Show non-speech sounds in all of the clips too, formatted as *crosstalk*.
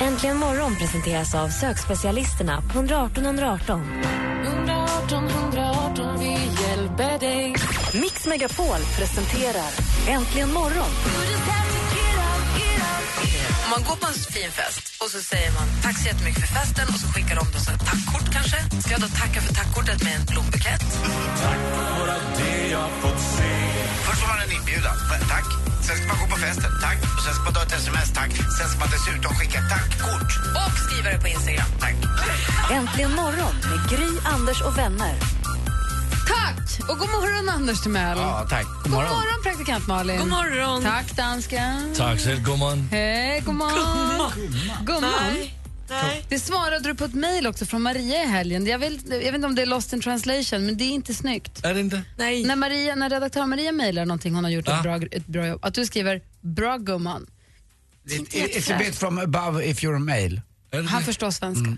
Äntligen morgon presenteras av sökspecialisterna på 118 118. 118 118, vi hjälper dig Mix Megapol presenterar Äntligen morgon. Om man går på en fin fest och så säger man tack så jättemycket för festen och så skickar de då så här tackkort kanske. Ska jag då tacka för tackkortet med en blombukett? Först får man en inbjudan. Tack. Sen ska man gå på festen. Tack. Och sen ska man ta ett sms. Tack. Sen ska man dessutom skicka ett tackkort. Och skriva det på Instagram. Tack. Äntligen morgon med Gry, Anders och vänner. Tack! Och god morgon, Anders Timell. Ja, tack. God God morgon. morgon, praktikant Malin. God morgon. Tack, dansken. Tack så mycket. God morgon. Hej, god morgon. Gumman. Nej. Nej. Det svarade du på ett mejl också från Maria i helgen. Jag, vill, jag vet inte om det är lost in translation, men det är inte snyggt. Är det inte? Nej. När, Maria, när redaktör Maria mejlar någonting hon har gjort, Ja. ett, bra, ett bra jobb, att du skriver bra gumman. It, it's a bit from above if you're a male. Är det Han det? förstår svenska.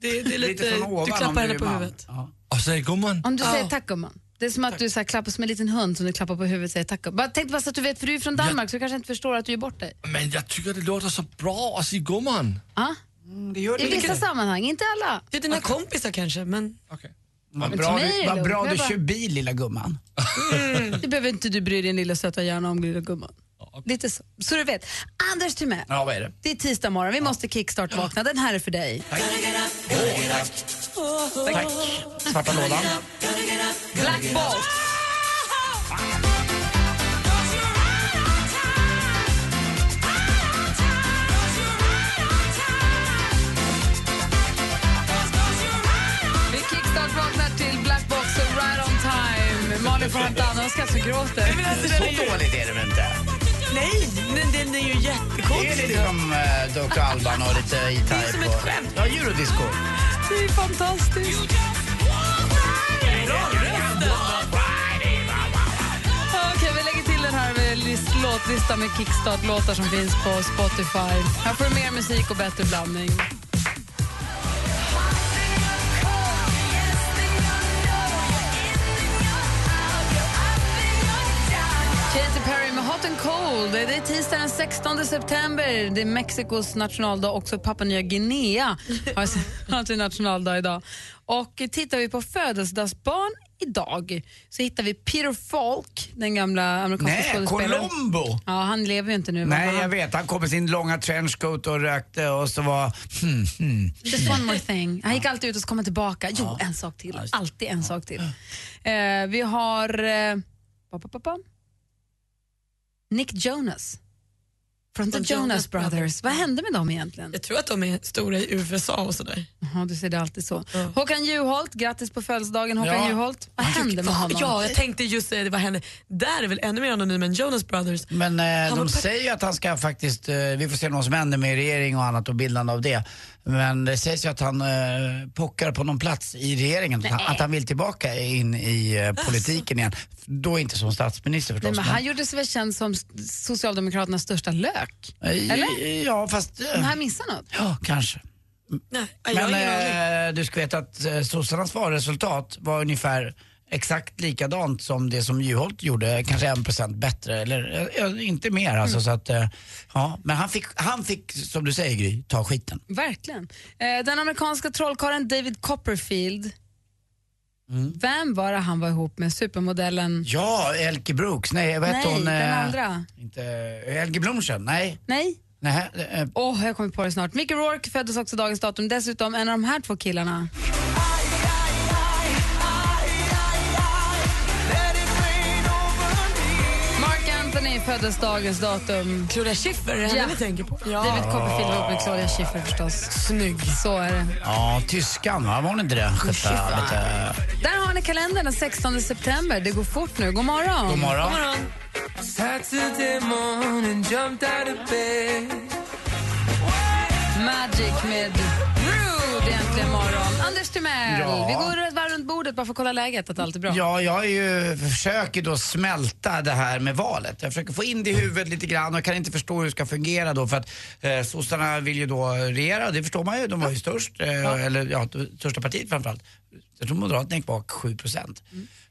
Det, det är lite... Lite från ovan Du om klappar henne är på man. huvudet. Ja. Och säger god morgon. Om du säger tack gumman. Det är som att du så här, klappar som en liten hund som du klappar på huvudet och säger tack gumman. Bara Tänk bara så att du vet, för du är från Danmark så du kanske inte förstår att du är bort dig. Men jag tycker det låter så bra att säga god morgon. Ah? Det gör I det. vissa sammanhang, inte alla. Det är dina kompisar kanske, men... Okej. Vad Men bra, till mig är du, det vad bra lugnt. du Jag kör bara- bil lilla gumman. Mm. Det behöver inte du bry din lilla söta hjärna om, lilla gumman. Lite så. Så du vet. Anders Timell, Ja, vad är det? det är tisdag morgon. Vi måste kickstart-vakna. Den här är för dig. Tack. Svarta lådan. Black Bolt. Vi kickstart-vaknar till Black Box och Right On Time. Malin får hämta Anna, hon ska alltså gråta. Så dåligt är det väl inte? Nej, men den är ju Det är jättekonstig. lite som eh, Dr. Alban och lite E-Type. Det är som ett och- skämt. Ja, eurodisco. Det är fantastiskt. Okej, vi lägger till den här med list- låtlistan med kickstart-låtar som finns på Spotify. Här får du mer musik och bättre blandning. Katy Perry med Hot and Cold. Det är tisdag den 16 september. Det är Mexikos nationaldag, också Papua Nya Guinea har sin- *laughs* har sin nationaldag idag. Och tittar vi på födelsedagsbarn idag så hittar vi Peter Falk, den gamla amerikanska Nej, skådespelaren. Colombo. Ja, han lever ju inte nu. va? Nej, Han- jag vet. Han kom i sin långa trenchcoat och rökte och så var... Hmm, hmm. Just one more thing. Han gick alltid ut och så kom han tillbaka. Jo, en sak till. Alltid en sak till. Eh, vi har eh, pa, pa, pa, pa. Nick Jonas från The Från Jonas, Jonas Brothers. Brothers. Vad hände med dem egentligen? Jag tror att de är stora i USA och sådär. Jaha, du ser det alltid så. Ja. Håkan Juholt, grattis på födelsedagen Håkan Ja. Juholt. Vad hände med honom? Ja, jag tänkte just säga det. Vad hände? Där är väl ännu mer anonym än Jonas Brothers. Men eh, var de pa- säger ju att han ska faktiskt, eh, vi får se vad som händer med regering och annat och bildande av det. Men det sägs ju att han eh, pockar på någon plats i regeringen, att han, att han vill tillbaka in i eh, politiken igen. Då inte som statsminister Nej, förstås. men han gjorde sig väl känd som Socialdemokraternas största lök? men- Eh, eller? Ja, fast... Den Eh, här missar något. ja, kanske. Nej, jag har Men ingen aning. eh, du ska veta att eh, sossarnas valresultat var ungefär exakt likadant som det som Juholt gjorde, kanske en procent bättre eller eh, inte mer alltså så att, eh, ja. Men han fick, han fick som du säger Gry, ta skiten. Verkligen. Eh, den amerikanska trollkarlen David Copperfield. Vem var det han var ihop med? Supermodellen? Ja, Elke Brooks. Nej, vad Nej, hette hon? den eh, andra. Inte, eh, Elke Blomchen? Nej. Nej? Nej, eh, Åh, jag kommer på det snart. Mickey Rourke föddes också dagens datum. Dessutom en av de här två killarna. Mark Anthony föddes dagens datum. Claudia Schiffer, är det henne Ja. vi tänker på? David Copperfield var ihop med Claudia Schiffer förstås. Snygg. Så är det. ja, tyskan va? Var hon inte det? Skötte lite... Där har ni kalendern den 16 september. Det går fort nu. God morgon! God morgon. Magic med Rude äntligen morgon. Anders Timell Emil. Ja. Vi går ett varv runt bordet bara för att kolla läget, att allt är bra. Ja, jag är ju, försöker då smälta det här med valet. Jag försöker få in det i huvudet lite grann och kan inte förstå hur det ska fungera då för att eh, sossarna vill ju då regera, det förstår man ju. De var ju störst, eh, eller ja, största partiet framförallt. Jag tror Moderaterna gick bak 7 procent.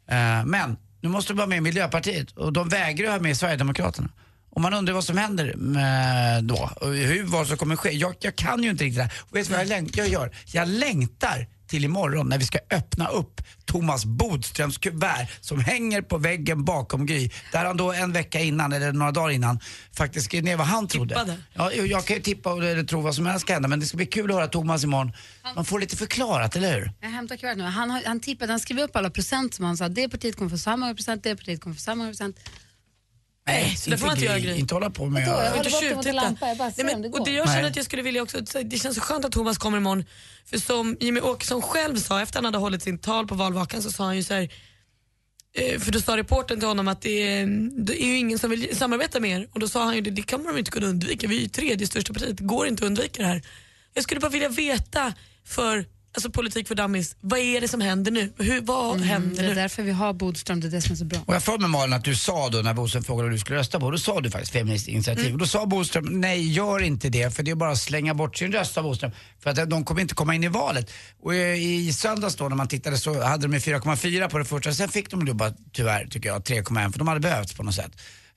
Eh, men nu måste de vara med i Miljöpartiet och de vägrar ju ha med Sverigedemokraterna. Och man undrar vad som händer eh, då, och hur, vad som kommer ske. Jag, jag kan ju inte riktigt det här. Och vet du vad jag, läng- jag gör? Jag längtar till imorgon när vi ska öppna upp Thomas Bodströms kuvert som hänger på väggen bakom Gry. Där han då en vecka innan, eller några dagar innan, faktiskt skrev ner vad han trodde. Tippade. Ja, jag jag kan ju tippa och eller tro vad som helst ska hända men det ska bli kul att höra Thomas imorgon. Man får lite förklarat, eller hur? Jag hämtar kuvertet nu. Han, har- han tippade, han skrev upp alla procent som han sa, det partiet kommer få så här många procent, det partiet kommer få så här många procent. Nej, det får man inte göra, Gry. Inte hålla på med... Vadå? Jag har inte håller bort det mot en tjuvtittat. lampa, jag bara ser Nej, men- om det går. Och det jag känner Nej. att jag skulle vilja också, det känns så skönt att Thomas kommer imorgon. För som Jimmy Åkesson själv sa efter han hade hållit sin tal på valvakan så sa han ju så här, eh, för då sa reportern till honom att det är, det är ju ingen som vill samarbeta med er och då sa han ju det, det kommer de inte kunna undvika, vi är ju tredje största partiet, det går inte att undvika det här. Jag skulle bara vilja veta för alltså politik för dummies, vad är det som händer nu? Hur, vad händer Mm. Det är nu? därför vi har Bodström, det är det som är så bra. Och jag får med Malin att du sa då när Boström frågade vad du skulle rösta på, då sa du faktiskt Feministiskt Mm. initiativ. Och då sa Boström, nej gör inte det för det är bara att slänga bort sin röst sa Boström. För att eh, de kommer inte komma in i valet. Och eh, i söndags då när man tittade så hade de ju 4,4 på det första, sen fick de ju bara tyvärr tycker jag 3,1 för de hade behövts på något sätt.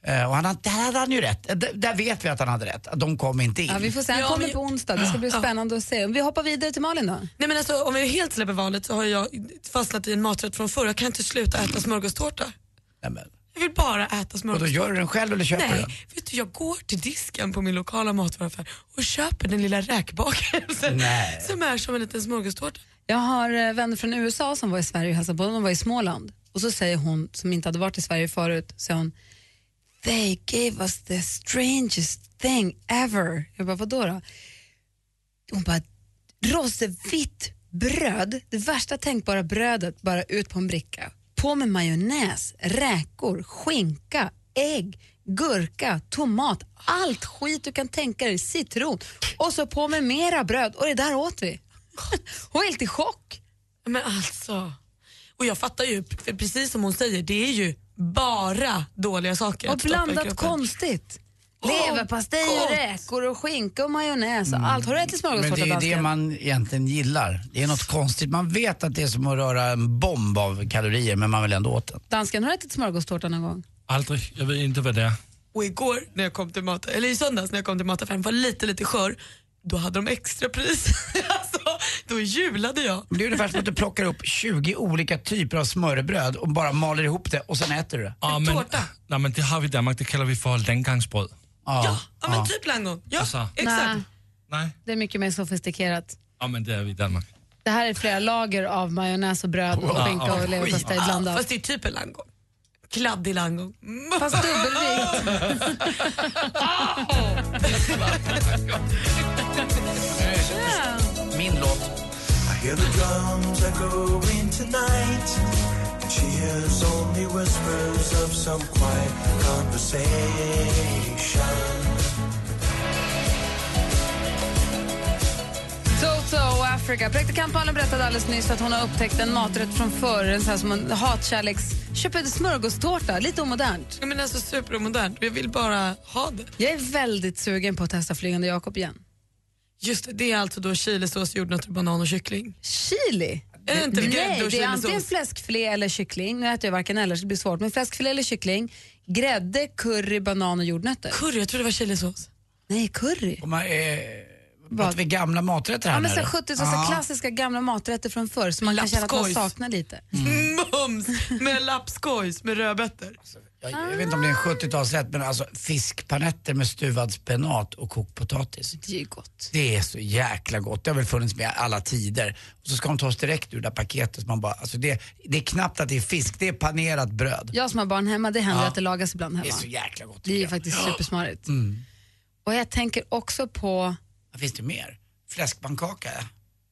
Eh, Och han, där hade han ju rätt. Eh, Där, där vet vi att han hade rätt. Att De kom inte in. Ja, vi får se, han Ja, kommer men- på onsdag, det ska bli spännande att se. Vi hoppar vidare till Malin då. Nej men alltså om vi helt släpper valet så har jag fastnat i en maträtt från förr. Jag kan inte sluta äta smörgåstårta. Nej, men. Jag vill bara äta Och då smörgåstårta. gör du den själv eller köper du Nej, den? vet du jag går till disken på min lokala matvaruaffär och köper den lilla räkbakelsen Nej. *laughs* som är som en liten smörgåstårta. Jag har eh, vänner från USA som var i Sverige och hälsade på. De var i Småland. Och så säger hon, som inte hade varit i Sverige förut, säger hon, They gave us the strangest thing ever. Jag bara, vadå då? Hon bara, rosévitt bröd, det värsta tänkbara brödet, bara ut på en bricka. På med majonnäs, räkor, skinka, ägg, gurka, tomat, allt skit du kan tänka dig, citron. Och så på med mera bröd och det där åt vi. *laughs* Hon är helt i chock. Men alltså. Och jag fattar ju, för precis som hon säger, det är ju bara dåliga saker. Och att stoppa i blandat kroppen. konstigt. Åh, Leverpastej och gott. räkor och skinka och majonnäs och allt. Har du ätit Men det smörgåstårta, är ju det dansken? man egentligen gillar. Det är något konstigt. Man vet att det är som att röra en bomb av kalorier men man vill ändå åt den. Dansken, har du ätit smörgåstårta någon gång? Aldrig. Jag vet inte vad det är. Och igår när jag kom till mat, eller i söndags när jag kom till mataffären var lite lite skör, då hade de extra pris. alltså, då julade jag. Det är ungefär som att du plockar upp 20 olika typer av smörbröd och bara maler ihop det och sen äter du det. Ah, men, tårta. nej, men det har vi i Danmark. Det kallar vi för landgangsbröd. Ja. Ja, ja, men typ langon. Ja, Alltså. exakt. Nej, Nej, det är mycket mer sofistikerat. ah, men det är vi i Danmark. Det här är flera lager av majonnäs och bröd och Wow. skinka och leverpastej Ja, blandat. Fast det är typ en langon. Kladdig langon. Mm. Fast dubbelvikt. Min låt. Toto och Africa. Praktikant Malin berättade alldeles nyss att hon har upptäckt en maträtt från förr, en sån här som en hatkärleks... Köper smörgåstårta, lite omodernt. Ja, men alltså supermodernt. Jag vill bara ha det. Jag är väldigt sugen på att testa Flygande Jakob igen. Just det, det är alltså då chilisås, jordnötter, banan och kyckling. Chili? Är det inte grädde Nej, och det är antingen chilisås? fläskfilé eller kyckling. Nu äter jag varken eller så det blir svårt. Men fläskfilé eller kyckling, grädde, curry, banan och jordnötter. Curry, jag trodde det var chilisås. Nej, curry. Och man, eh, pratar vi gamla maträtter här Ja, men nu, så eller? 70 så, så klassiska gamla maträtter från förr som man kan känna att man Lapskojs. saknar lite. Mums med lapskojs med rödbetor. jag, jag vet inte om det är en 70-talsrätt men alltså fiskpanetter med stuvad spenat och kokt potatis. Det är ju gott. Det är så jäkla gott. Det har väl funnits med i alla tider. Och så ska de tas direkt ur det där paketet. Man bara, alltså det, det är knappt att det är fisk, det är panerat bröd. Jag som har barn hemma, det händer att det lagas ibland Det är hemma. så jäkla Mm. gott. Det är tycker ju jag. faktiskt supersmarrigt. Och jag tänker också på, Vad finns det mer? Fläskpannkaka?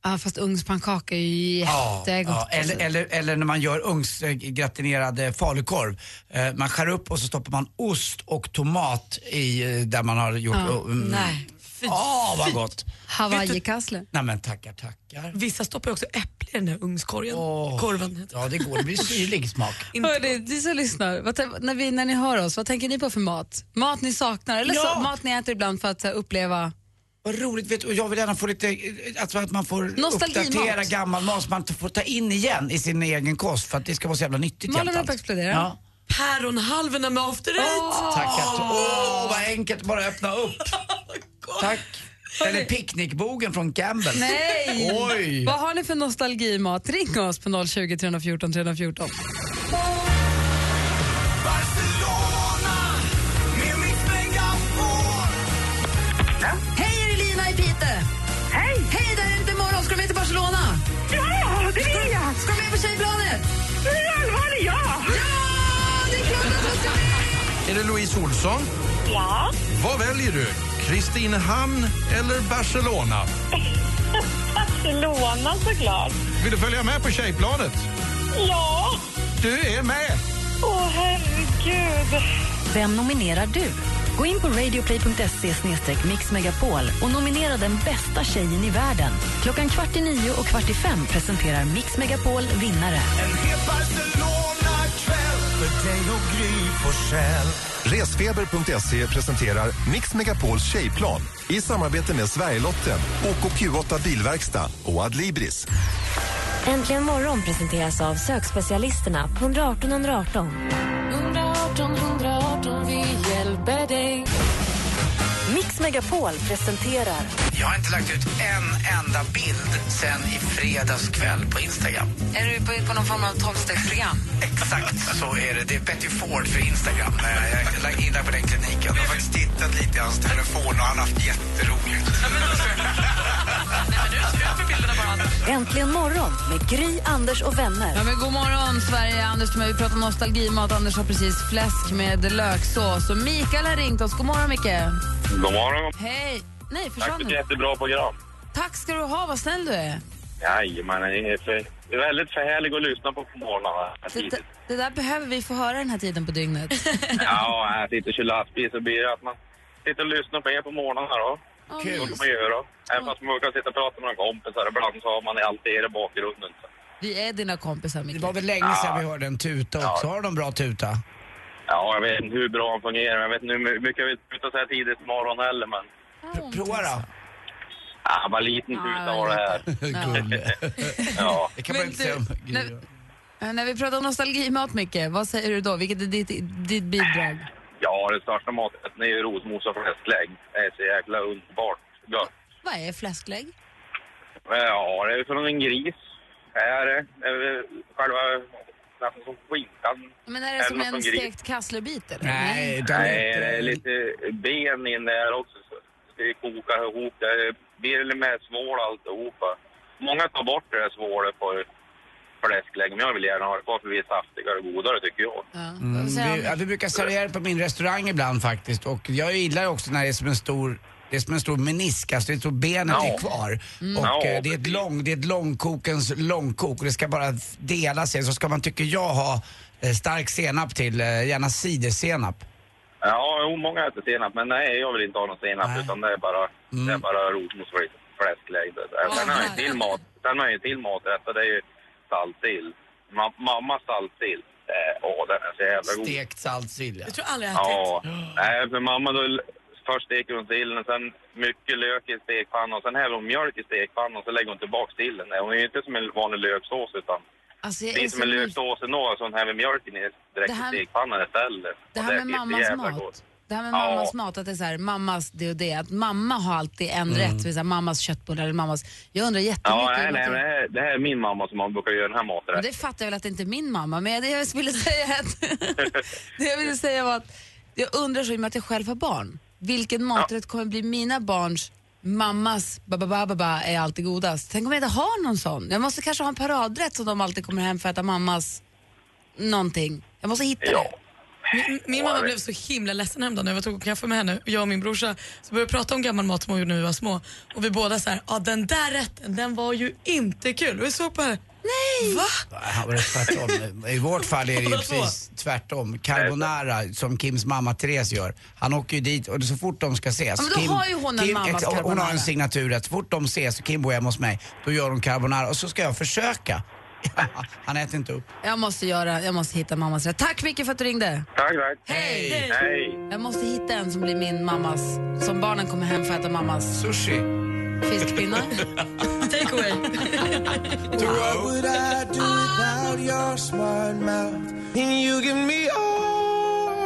ah, fast ugnspannkaka är ju Ja, jättegott. ja. Eller, eller, eller när man gör ugnsgratinerad eh, falukorv. Eh, Man skär upp och så stoppar man ost och tomat i eh, där man har gjort... Ja, och, mm, nej. Ah, vad gott! Hawaii-kassler. Nej men tackar, tackar. Vissa stoppar ju också äpple i den där ugnskorgen. Åh. Korven. Ja, det går. Det blir syrlig smak. Hörde, ni som lyssnar, vad, tän- när, vi, när ni hör oss, vad tänker ni på för mat? Mat ni saknar eller Ja. så, mat ni äter ibland för att så här, uppleva? *laughs* Vad roligt, vet du, och jag vill gärna få lite, eh, alltså att man får Nostalgimat. uppdatera gammal mat som man t- får ta in igen i sin egen kost för att det ska vara så jävla nyttigt Malin jämt håller allt. på att explodera. Ja. Päronhalvorna med after eight. Tack att Åh, vad enkelt, bara öppna *laughs* upp. Tack. Eller picknickbogen från Campbell. Nej! Oj! Vad har ni för nostalgimat? Ring oss på 020 314 314. Hej, är det Lina i Piteå? Hej! Hej, där är det inte imorgon. Ska du med till Barcelona? Ja, det vill jag! Ska du med på Tjejbladet? Är det Louise Olsson? Ja. Vad väljer du? Kristinehamn eller Barcelona? *laughs* Barcelona såklart. Vill du följa med på tjejplanet? Ja! Du är med! Åh, herregud. Vem nominerar du? Gå in på radioplay.se mixmegapol och nominera den bästa tjejen i världen. Klockan kvart i nio och kvart i fem presenterar Mix Megapol vinnare. Resfeber.se presenterar Mix Megapols tjejplan i samarbete med Sverigelotten, OKQ8 Bilverkstad och Adlibris. Äntligen morgon presenteras av sökspecialisterna på 118 118. 118 118, vi hjälper dig. Mix Megapol presenterar Jag har inte lagt ut en enda bild sen i fredags kväll på Instagram. Är du på, på någon form av tolvstegsprogram? Exakt så Alltså, är det. Det är Betty Ford för Instagram. Eh, Jag är lagd inne på den kliniken. Jag har faktiskt tittat lite i hans telefon och han har haft jätteroligt. Äntligen morgon med Gry, Anders och vänner. Ja, men god morgon, Sverige. Anders och mig. Vi pratar nostalgimat. Anders har precis fläsk med löksås. Och Mikael har ringt oss. God morgon, Micke. God morgon. Hej. Nej, Tack försvann för ett du? jättebra program. Tack ska du ha. Vad snäll du är. Jajamän, det är för, det är väldigt förhärligt att lyssna på på morgnarna. Det, det där behöver vi få höra den här tiden på *laughs* dygnet. Ja, jag sitter och kör lastbil så blir det att man sitter och lyssnar på er på morgnarna då. Kul. Så kan man göra. Även fast man brukar sitta och prata med några kompisar ibland så har man alltid er i bakgrunden. Vi är dina kompisar, Micke. Det var väl länge sedan vi hörde en tuta också. Har de bra tuta? Ja, jag vet inte hur bra han fungerar. Jag vet inte hur mycket jag vill sluta så här tidigt på morgonen heller, men... Prova då. Ja, bara liten tuta var det här. ja. Det kan man inte säga om när, eh, när vi pratar om nostalgimat, Micke, vad säger du då? Vilket är ditt, ditt bidrag? Ja, det största maträtten är ju rosmos och fläsklägg. Det är så jäkla underbart gott. Vad är fläsklägg? Ja, det är från en gris. Det är det. Det är själva nästan som skinkan. Men är det som något en gris. stekt kasslerbit? Eller? Mm. Nej, det är, lite ben in där också. Så ska vi koka ihop det. Blir det med svål alltihopa. Många tar bort det där svålet på fläsklägg, men jag vill gärna ha det kvar för vi är saftigare och godare tycker jag. Mm, vi, ja, vi brukar servera det på min restaurang ibland faktiskt och jag gillar också när det är som en stor det är som en stor menisk, alltså det är så benet Ja. är kvar. Mm. Och Ja, eh, det, är ett lång, det är ett långkokens långkok och det ska bara f- dela sig. Så ska man, tycker jag, ha eh, stark senap till, eh, gärna cidersenap. Ja, jo, många äter senap, men nej, jag vill inte ha någon senap, utan det är bara, det är bara rosmos och fläsklägg. Sen har jag en till mat, sen har jag en till maträtt och det är ju saltsill. Ma mamma saltsill. Eh, Åh, den är så jävla god. Stekt saltsill. Jag tror aldrig jag ätit. Ja, *laughs* nej, för mamma då l- först steker hon sillen, sen mycket lök i stekpannan och sen häller hon mjölk i stekpannan och så lägger hon tillbaka sillen. Hon är ju inte som en vanlig löksås utan Alltså, jag det är är som en så nyf- löksås ändå, så hon häller mjölken i direkt Det här- i stekpannan istället. Det Och här är med mammas jävla mat. gott. Det här med Ja. mammas mat, att det är så här, mammas det och det. Att mamma har alltid en Mm. rätt. Så här, mammas köttbullar eller mammas... Jag undrar jättemycket. Ja, nej, hur nej, man- men det, här, det här är min mamma som man brukar göra den här Men maten. det fattar jag väl att det inte är min mamma, men det jag ville säga, att, det jag ville säga var att jag undrar så i och med att jag själv har barn. Vilken maträtt kommer bli mina barns mammas bababababa är alltid godast? Tänk om jag inte har någon sån? Jag måste kanske ha en paradrätt som de alltid kommer hem för att äta mammas någonting. Jag måste hitta det. Min, min mamma blev så himla ledsen häromdagen när jag var och tog kaffe med henne. Jag och min brorsa så började vi prata om gammal mat som hon gjorde när vi var små. Och vi båda så här, ja den där rätten den var ju inte kul. Och vi såg på henne, Nej! Va? Ja, var det tvärtom? I vårt fall är det ju Vadå? precis tvärtom. Carbonara, som Kims mamma Therese gör, han åker ju dit och så fort de ska ses. Ja, men då Kim, har ju hon en Kim, mammas ex- Hon har carbonara. en signatur att så fort de ses, Kim bor hemma hos mig, då gör hon carbonara och så ska jag försöka. *laughs* han äter inte upp. Jag måste, göra, jag måste hitta mammas rätt. Tack Micke för att du ringde. Tack, tack. Hej! Hej. Jag måste hitta en som blir min mammas, som barnen kommer hem för att äta mammas. Sushi. Fiskpinnar. *laughs* Take away. What would I do without your smart mouth? And you give me all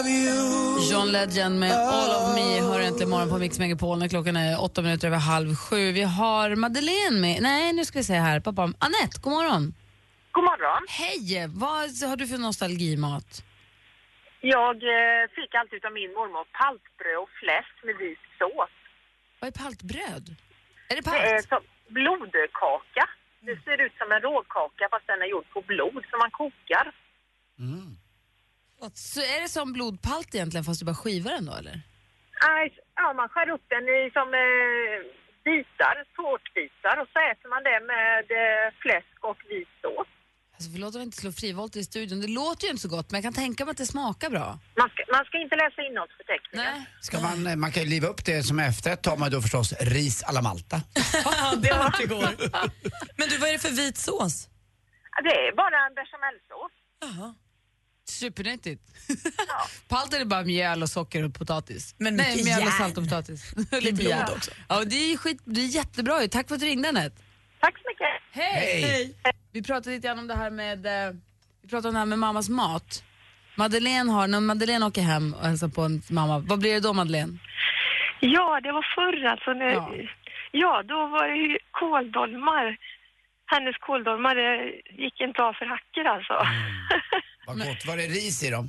of you. John Legend med All of me hör äntligen morgon på Mix Megapol när klockan är åtta minuter över halv sju. Vi har Madeleine med, nej nu ska vi se här, pappa. Annette, god morgon. God morgon. Hej! Vad har du för nostalgimat? Jag eh, fick alltid av min mormor paltbröd och fläsk med vit sås. Vad är paltbröd? Är det palt? Det är som blodkaka. Det ser ut som en råkaka fast den är gjord på blod som man kokar. Så är det som blodpalt egentligen fast du bara skivar den då eller? Nej, Ja, man skär upp den i som eh, bitar, tårtbitar och så äter man det med eh, fläsk och vit sås. Alltså förlåt om jag inte slår frivolt i studion, det låter ju inte så gott men jag kan tänka mig att det smakar bra. Man ska, man ska inte läsa innehållsförteckningen. Ska man, man kan ju liva upp det som efterrätt tar man då förstås ris alla Malta. det alltid går. Men du, vad är det för vit sås? Det är bara en bechamelsås. Supernyttigt. Palt är det bara mjöl och socker och potatis. Men Nej, mycket mjöl och järn. salt och potatis. *laughs* Och I Lite blod järn. också. Ja, och det är ju skit, det är jättebra ju. Tack för att du ringde Anette. Tack så mycket. Hej! Hej. Vi pratade lite grann om det här med, eh, vi pratade om det här med mammas mat. Madeleine har, när Madeleine åker hem och hälsar på en mamma, vad blir det då Madeleine? Ja, det var förr alltså. När, ja. Ja. då var det ju kåldolmar. Hennes kåldolmar, det eh, gick inte av för hackor alltså. *laughs* Vad gott. Var det ris i dem?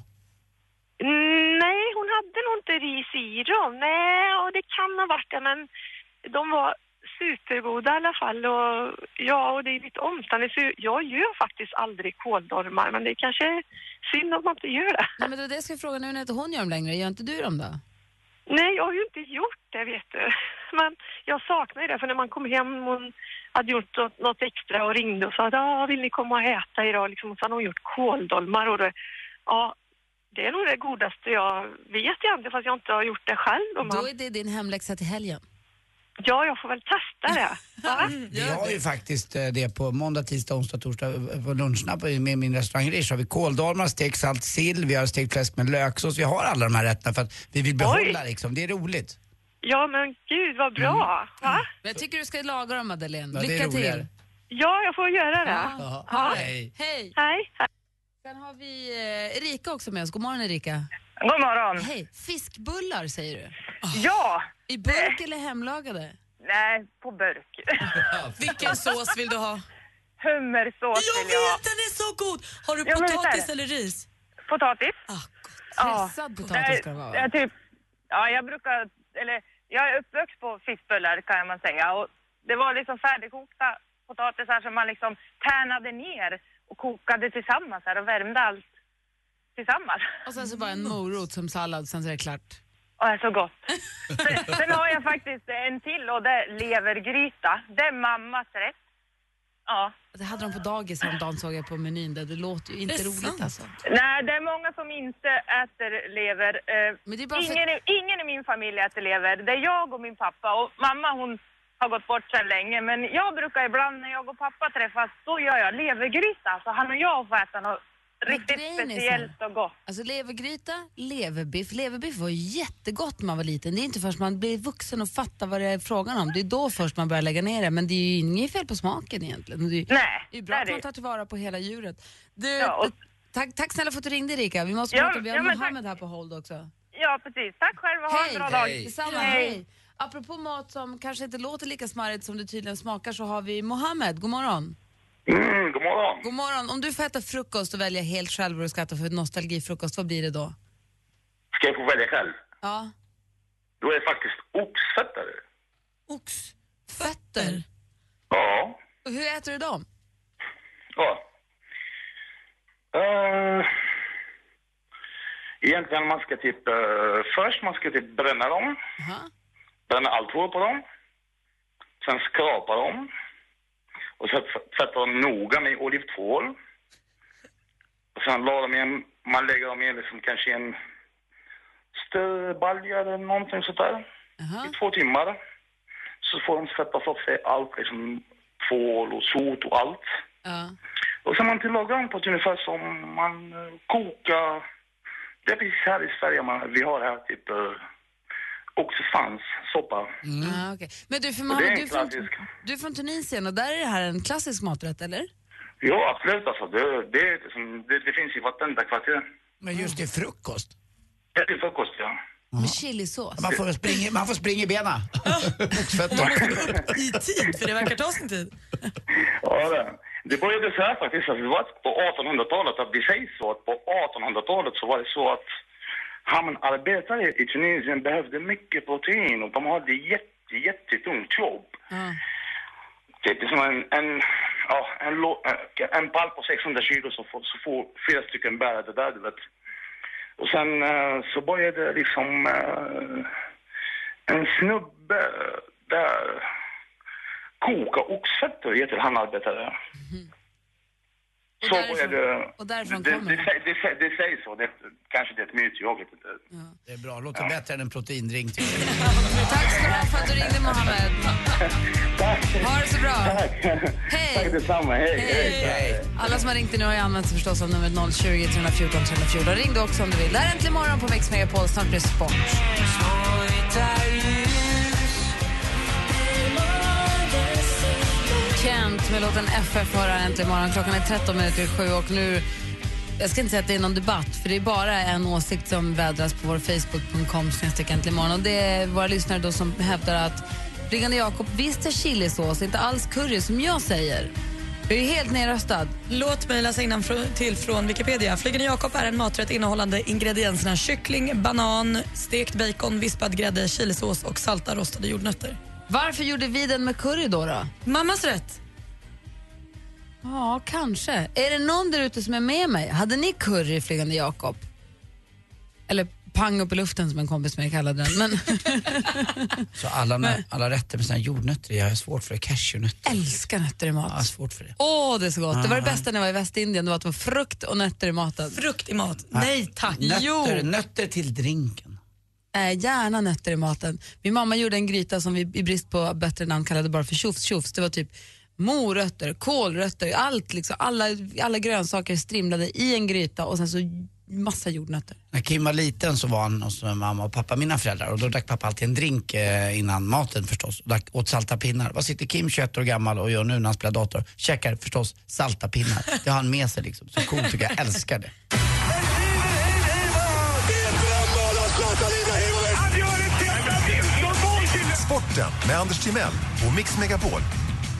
Mm, Nej, hon hade nog inte ris i dem. Nej, och det kan ha varit det, men de var supergoda i alla fall. Och, ja, och det är lite omständigt, så jag gör faktiskt aldrig kåldolmar, men det är kanske är synd om man inte gör det. Nej, men det är det jag ska fråga nu när inte hon gör dem längre, gör inte du dem då? Nej, jag har ju inte gjort det, vet du. *laughs* Men jag saknar ju det, för när man kom hem hon hade gjort något- något extra och ringde och sa att ah, vill ni komma och äta idag? Liksom, och så hade hon gjort kåldolmar och det, ja, det är nog det godaste jag vet egentligen, fast jag inte har gjort det själv. Och man, Då är det din hemläxa till helgen. Ja, jag får väl testa det. Mm. Va? Vi har ju faktiskt eh, det på måndag, tisdag, onsdag, torsdag eh, på luncherna på, med min restaurang Rish. har vi kåldolmar, stekt salt sill, vi har stekt fläsk med löksås. Vi har alla de här rätterna för att vi vill behålla liksom. Det är roligt. Mm. Ja, men gud vad bra. Va? Men jag tycker du ska laga dem Madeleine. Ja, det är Lycka till. roligare. Ja, jag får göra det. Ja. Ja. Hej. Hej. Hej. Sen har vi eh, Erika också med oss. God morgon Erika. God morgon. Hej. Fiskbullar säger du. Ja. I burk eller hemlagade? Nej, *laughs* på burk. Vilken sås vill du ha? Hummersås Jag vill jag ha. vet, den är så god! Har du Ja, men visst är potatis det. eller ris? Potatis. Ja. Ah, Pressad potatis ska det vara, va? Det är typ, ja, jag brukar, eller jag är uppvuxen på fiskbullar kan man säga. Och det var liksom färdigkokta potatisar som man liksom tärnade ner och kokade tillsammans här och värmde allt tillsammans. *laughs* Och sen så bara en morot som sallad, sen så är det klart. Åh, det är så gott. sen, sen har jag faktiskt en till och det är levergryta. Det är mammas rätt. Ja. Det hade de på dagis häromdagen såg jag på menyn där. Det låter ju inte roligt alltså. Nej, det är många som inte äter lever. Eh, bara för- ingen, i- ingen i min familj äter lever. Det är jag och min pappa. Och mamma hon har gått bort sedan länge. Men jag brukar ibland när jag och pappa träffas, då gör jag levergryta. Så han och jag får äta något riktigt grejen är så här- speciellt och gott. Alltså levergryta, leverbiff. Leverbiff var ju jättegott när man var liten. Det är inte först man blir vuxen och fattar vad det är frågan om. Det är då först man börjar lägga ner det. Men det är ju inget fel på smaken egentligen. Det är, Nej, det är ju bra det är att man det. tar tillvara på hela djuret. Du, Ja, och- tack, tack snälla för att du ringde Erika. Vi måste Ja, prata, vi har ja, men tack. Mohammed här på hold också. Ja, precis. Tack själva. Ha en bra dag. Detsamma, hej! Apropå mat som kanske inte låter lika smarrigt som det tydligen smakar så har vi Mohammed, god morgon. Mm, god morgon. God morgon. Om du får äta frukost och välja helt själv vad du ska äta för nostalgifrukost, vad blir det då? Ska jag få välja själv? Ja. Då är det faktiskt oxfettare. Fötter. Ja. Och hur äter du dem? ja. Uh, egentligen man ska typ... eh, först man ska typ bränna dem. Bränna allt hår på dem. Sen skrapa dem. Och så tv- tvättade de noga med olivtvål. Och sen la de en, man lägger dem i liksom kanske en stöbalja eller någonting sånt där. I två timmar. Så får de tvätta av sig allt, liksom tvål och sot och allt. Ja. Och sen man tillagar dem på ett ungefär som man eh, kokar. Det är precis här i Sverige man, vi har här typ eh, oxesvanssoppa. Mm. Ah, okej. Men du, för Och man, det är du, är en från, klassisk. du är från Tunisien och där är det här en klassisk maträtt, eller? Ja, absolut alltså. Det, det, är liksom, det, det finns i vartenda kvarter. Men just till frukost. Det är frukost, ja. Med chilisås. Man får springa, man får springa i benen. I tid, för det verkar ta sin tid. Ja, det. Det började så här faktiskt, att det var på 1800-talet, att det sägs så att på 1800-talet så var det så att hamnarbetare i Tunisien behövde mycket protein och de hade jätte, jättetungt jobb. Typ som en, en, ja, en, lo- eh, en pall på 600 kilo så får, så får fyra stycken bära det där, du vet. Och sen eh, så började liksom eh, en snubbe där koka oxfötter och ge till handarbetare. Så Mhm. Och därifrån- började... och därifrån det, kommer det, sä- det, sä- det sägs så. Det, kanske det är ett myt, jag vet inte. *laughs* Det är bra, låter bättre än en proteindrink. Tack ska du ha för att du ringde, Mohammed. Ha det så bra. Tack Hej! detsamma. Hej, hej. Alla som har ringt in nu har ju använt sig förstås av numret 020 314 314. Ring då också om du vill. Det här är Äntligen morgon på Mix Megapol. Snart blir det sport. Kent med låten FF har här Äntligen morgon. Klockan är 13 minuter i sju och nu jag ska inte säga att det är någon debatt, för det är bara en åsikt som vädras på vår Facebook.com snedstreck äntligen imorgon. Och det är våra lyssnare då som hävdar att Ringande Jakob visst är chilisås, inte alls curry som jag säger. Jag är helt nedröstad. Låt mig läsa innan fr- till från Wikipedia. Flygande Jakob är en maträtt innehållande ingredienserna kyckling, banan, stekt bacon, vispad grädde, chilisås och salta rostade jordnötter. Varför gjorde vi den med curry då? då? Mammas rätt. Ja, kanske. Är det någon där ute som är med mig? Hade ni curry i Flygande Jakob? Eller pang upp i luften som en kompis mig kallade den. Men Så alla, alla rätter med sina jordnötter, jag har svårt för det. Cashewnötter. älskar nötter i mat. Jag har svårt för det. Ah. Åh, det är så gott. Det var det Ja. bästa när jag var i Västindien. Det var att det var frukt och nötter i maten. Frukt i mat? Nej, tack. Nötter, Jo. nötter till drinken. Nej, Eh, gärna nötter i maten. Min mamma gjorde en gryta som vi i brist på bättre namn kallade bara för tjofs tjofs. Det var typ morötter, kålrötter, allt liksom, alla, alla grönsaker strimlade i en gryta och sen så massa jordnötter. När Kim var liten så var han hos mamma och pappa, mina föräldrar, och då drack pappa alltid en drink eh, innan maten förstås. Och drack, åt salta pinnar. Vad sitter Kim, 21 år gammal, och gör nu när han spelar dator? Käkar förstås salta pinnar. Det har han med sig liksom. Så coolt tycker jag, älskar det. Sporten med Anders Timell och Mix Megapol.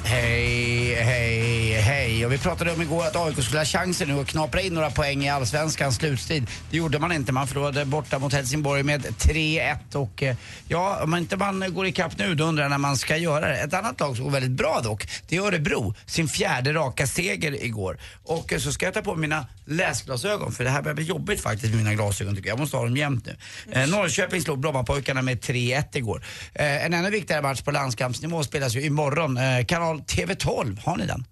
Hej, hej, hej. Och vi pratade om igår att AIK skulle ha chansen nu att knapra in några poäng i allsvenskans slutstrid. Det gjorde man inte. Man förlorade borta mot Helsingborg med 3-1 och eh, ja, om inte man går ikapp nu då undrar jag när man ska göra det. Ett annat lag som går väldigt bra dock, det är Örebro. Sin fjärde raka seger igår. Och eh, så ska jag ta på mig mina läsglasögon för det här börjar bli jobbigt faktiskt med mina glasögon tycker jag. Jag måste ha dem jämt nu. Eh, Norrköping slog Brommapojkarna med 3-1 igår. Eh, en ännu viktigare match på landskampsnivå spelas ju imorgon. Eh, kanal TV12, har ni den?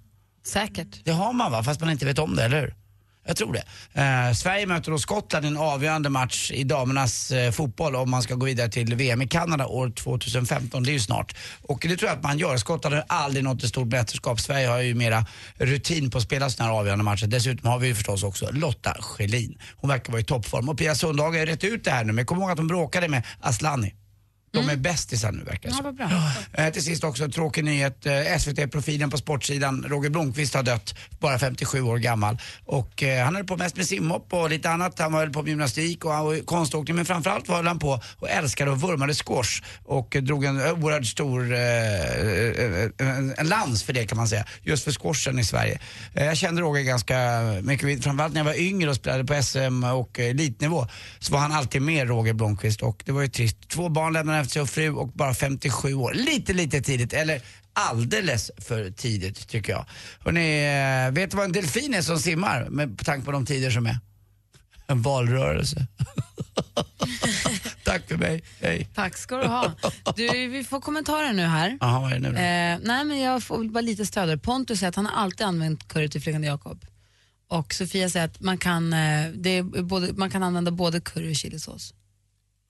Säkert. Det har man va, fast man inte vet om det, eller hur? Jag tror det. Eh, Sverige möter då Skottland i en avgörande match i damernas eh, fotboll om man ska gå vidare till VM i Kanada år 2015. Det är ju snart. Och det tror jag att man gör. Skottland har aldrig nått ett stort mästerskap. Sverige har ju mera rutin på att spela sådana här avgörande matcher. Dessutom har vi ju förstås också Lotta Schelin. Hon verkar vara i toppform. Och Pia Sundhage har ju rätt ut det här nu, men kom ihåg att hon bråkade med Aslani. De är bästisar nu verkar det som. Eh, Till sist också en tråkig nyhet. Eh, SVT-profilen på sportsidan, Roger Blomqvist, har dött. Bara 57 år gammal. Och eh, han höll på mest med simhopp och lite annat. Han höll på med gymnastik och, och konståkning. Men framförallt höll han på och älskade och vurmade squash. Och eh, drog en oerhört stor eh, eh, en, en lans för det kan man säga. Just för squashen i Sverige. Eh, jag kände Roger ganska mycket. Framförallt när jag var yngre och spelade på SM och eh, elitnivå så var han alltid med Roger Blomqvist. Och det var ju trist. Två barn lämnade efter sig och fru och bara 57 år. Lite, lite tidigt. Eller alldeles för tidigt tycker jag. Hörrni, eh, vet du vad en delfin är som simmar? *laughs* Med tanke på de tider som är. En valrörelse. *laughs* Tack för mig. Hej. Tack ska du ha. Du, vi får kommentarer nu här. Jaha, vad är det nu då? Eh, nej, men jag får bara lite stöd där. Pontus säger att han har alltid använt curry till flygande Jakob. Och Sofia säger att man kan, eh, det är både, man kan använda både curry och chilisås.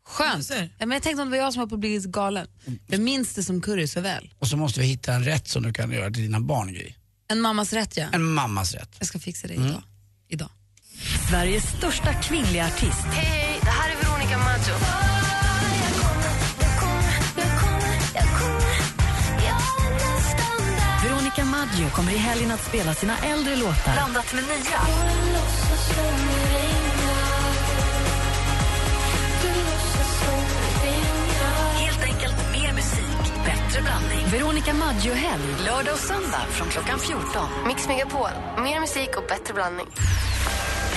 Skönt! Ja, men jag tänkte om det var jag som var på att bli galen. Mm. Jag minns det som curry så väl. Och så måste vi hitta en rätt som du kan göra till dina barn, Gry. En mammas rätt ja. En mammas rätt. Jag ska fixa det Mm. idag. idag. Sveriges största kvinnliga artist. Hej, det här är Veronica Maggio. Veronica Maggio kommer i helgen att spela sina äldre låtar blandat med nya. Helt enkelt mer musik, bättre blandning. Veronica Maggio-helg, lördag och söndag från klockan 14. Mix Megapol, mer musik och bättre blandning.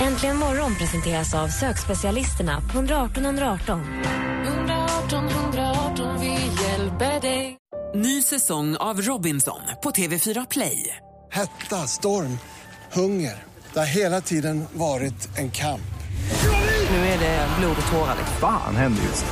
Äntligen morgon presenteras av sökspecialisterna på 118 118. 118 118 vi hjälper dig. Ny säsong av Robinson på TV4 Play. Hetta, storm, hunger. Det har hela tiden varit en kamp. Nu är det blod och tårar. liksom. Fan händer just det.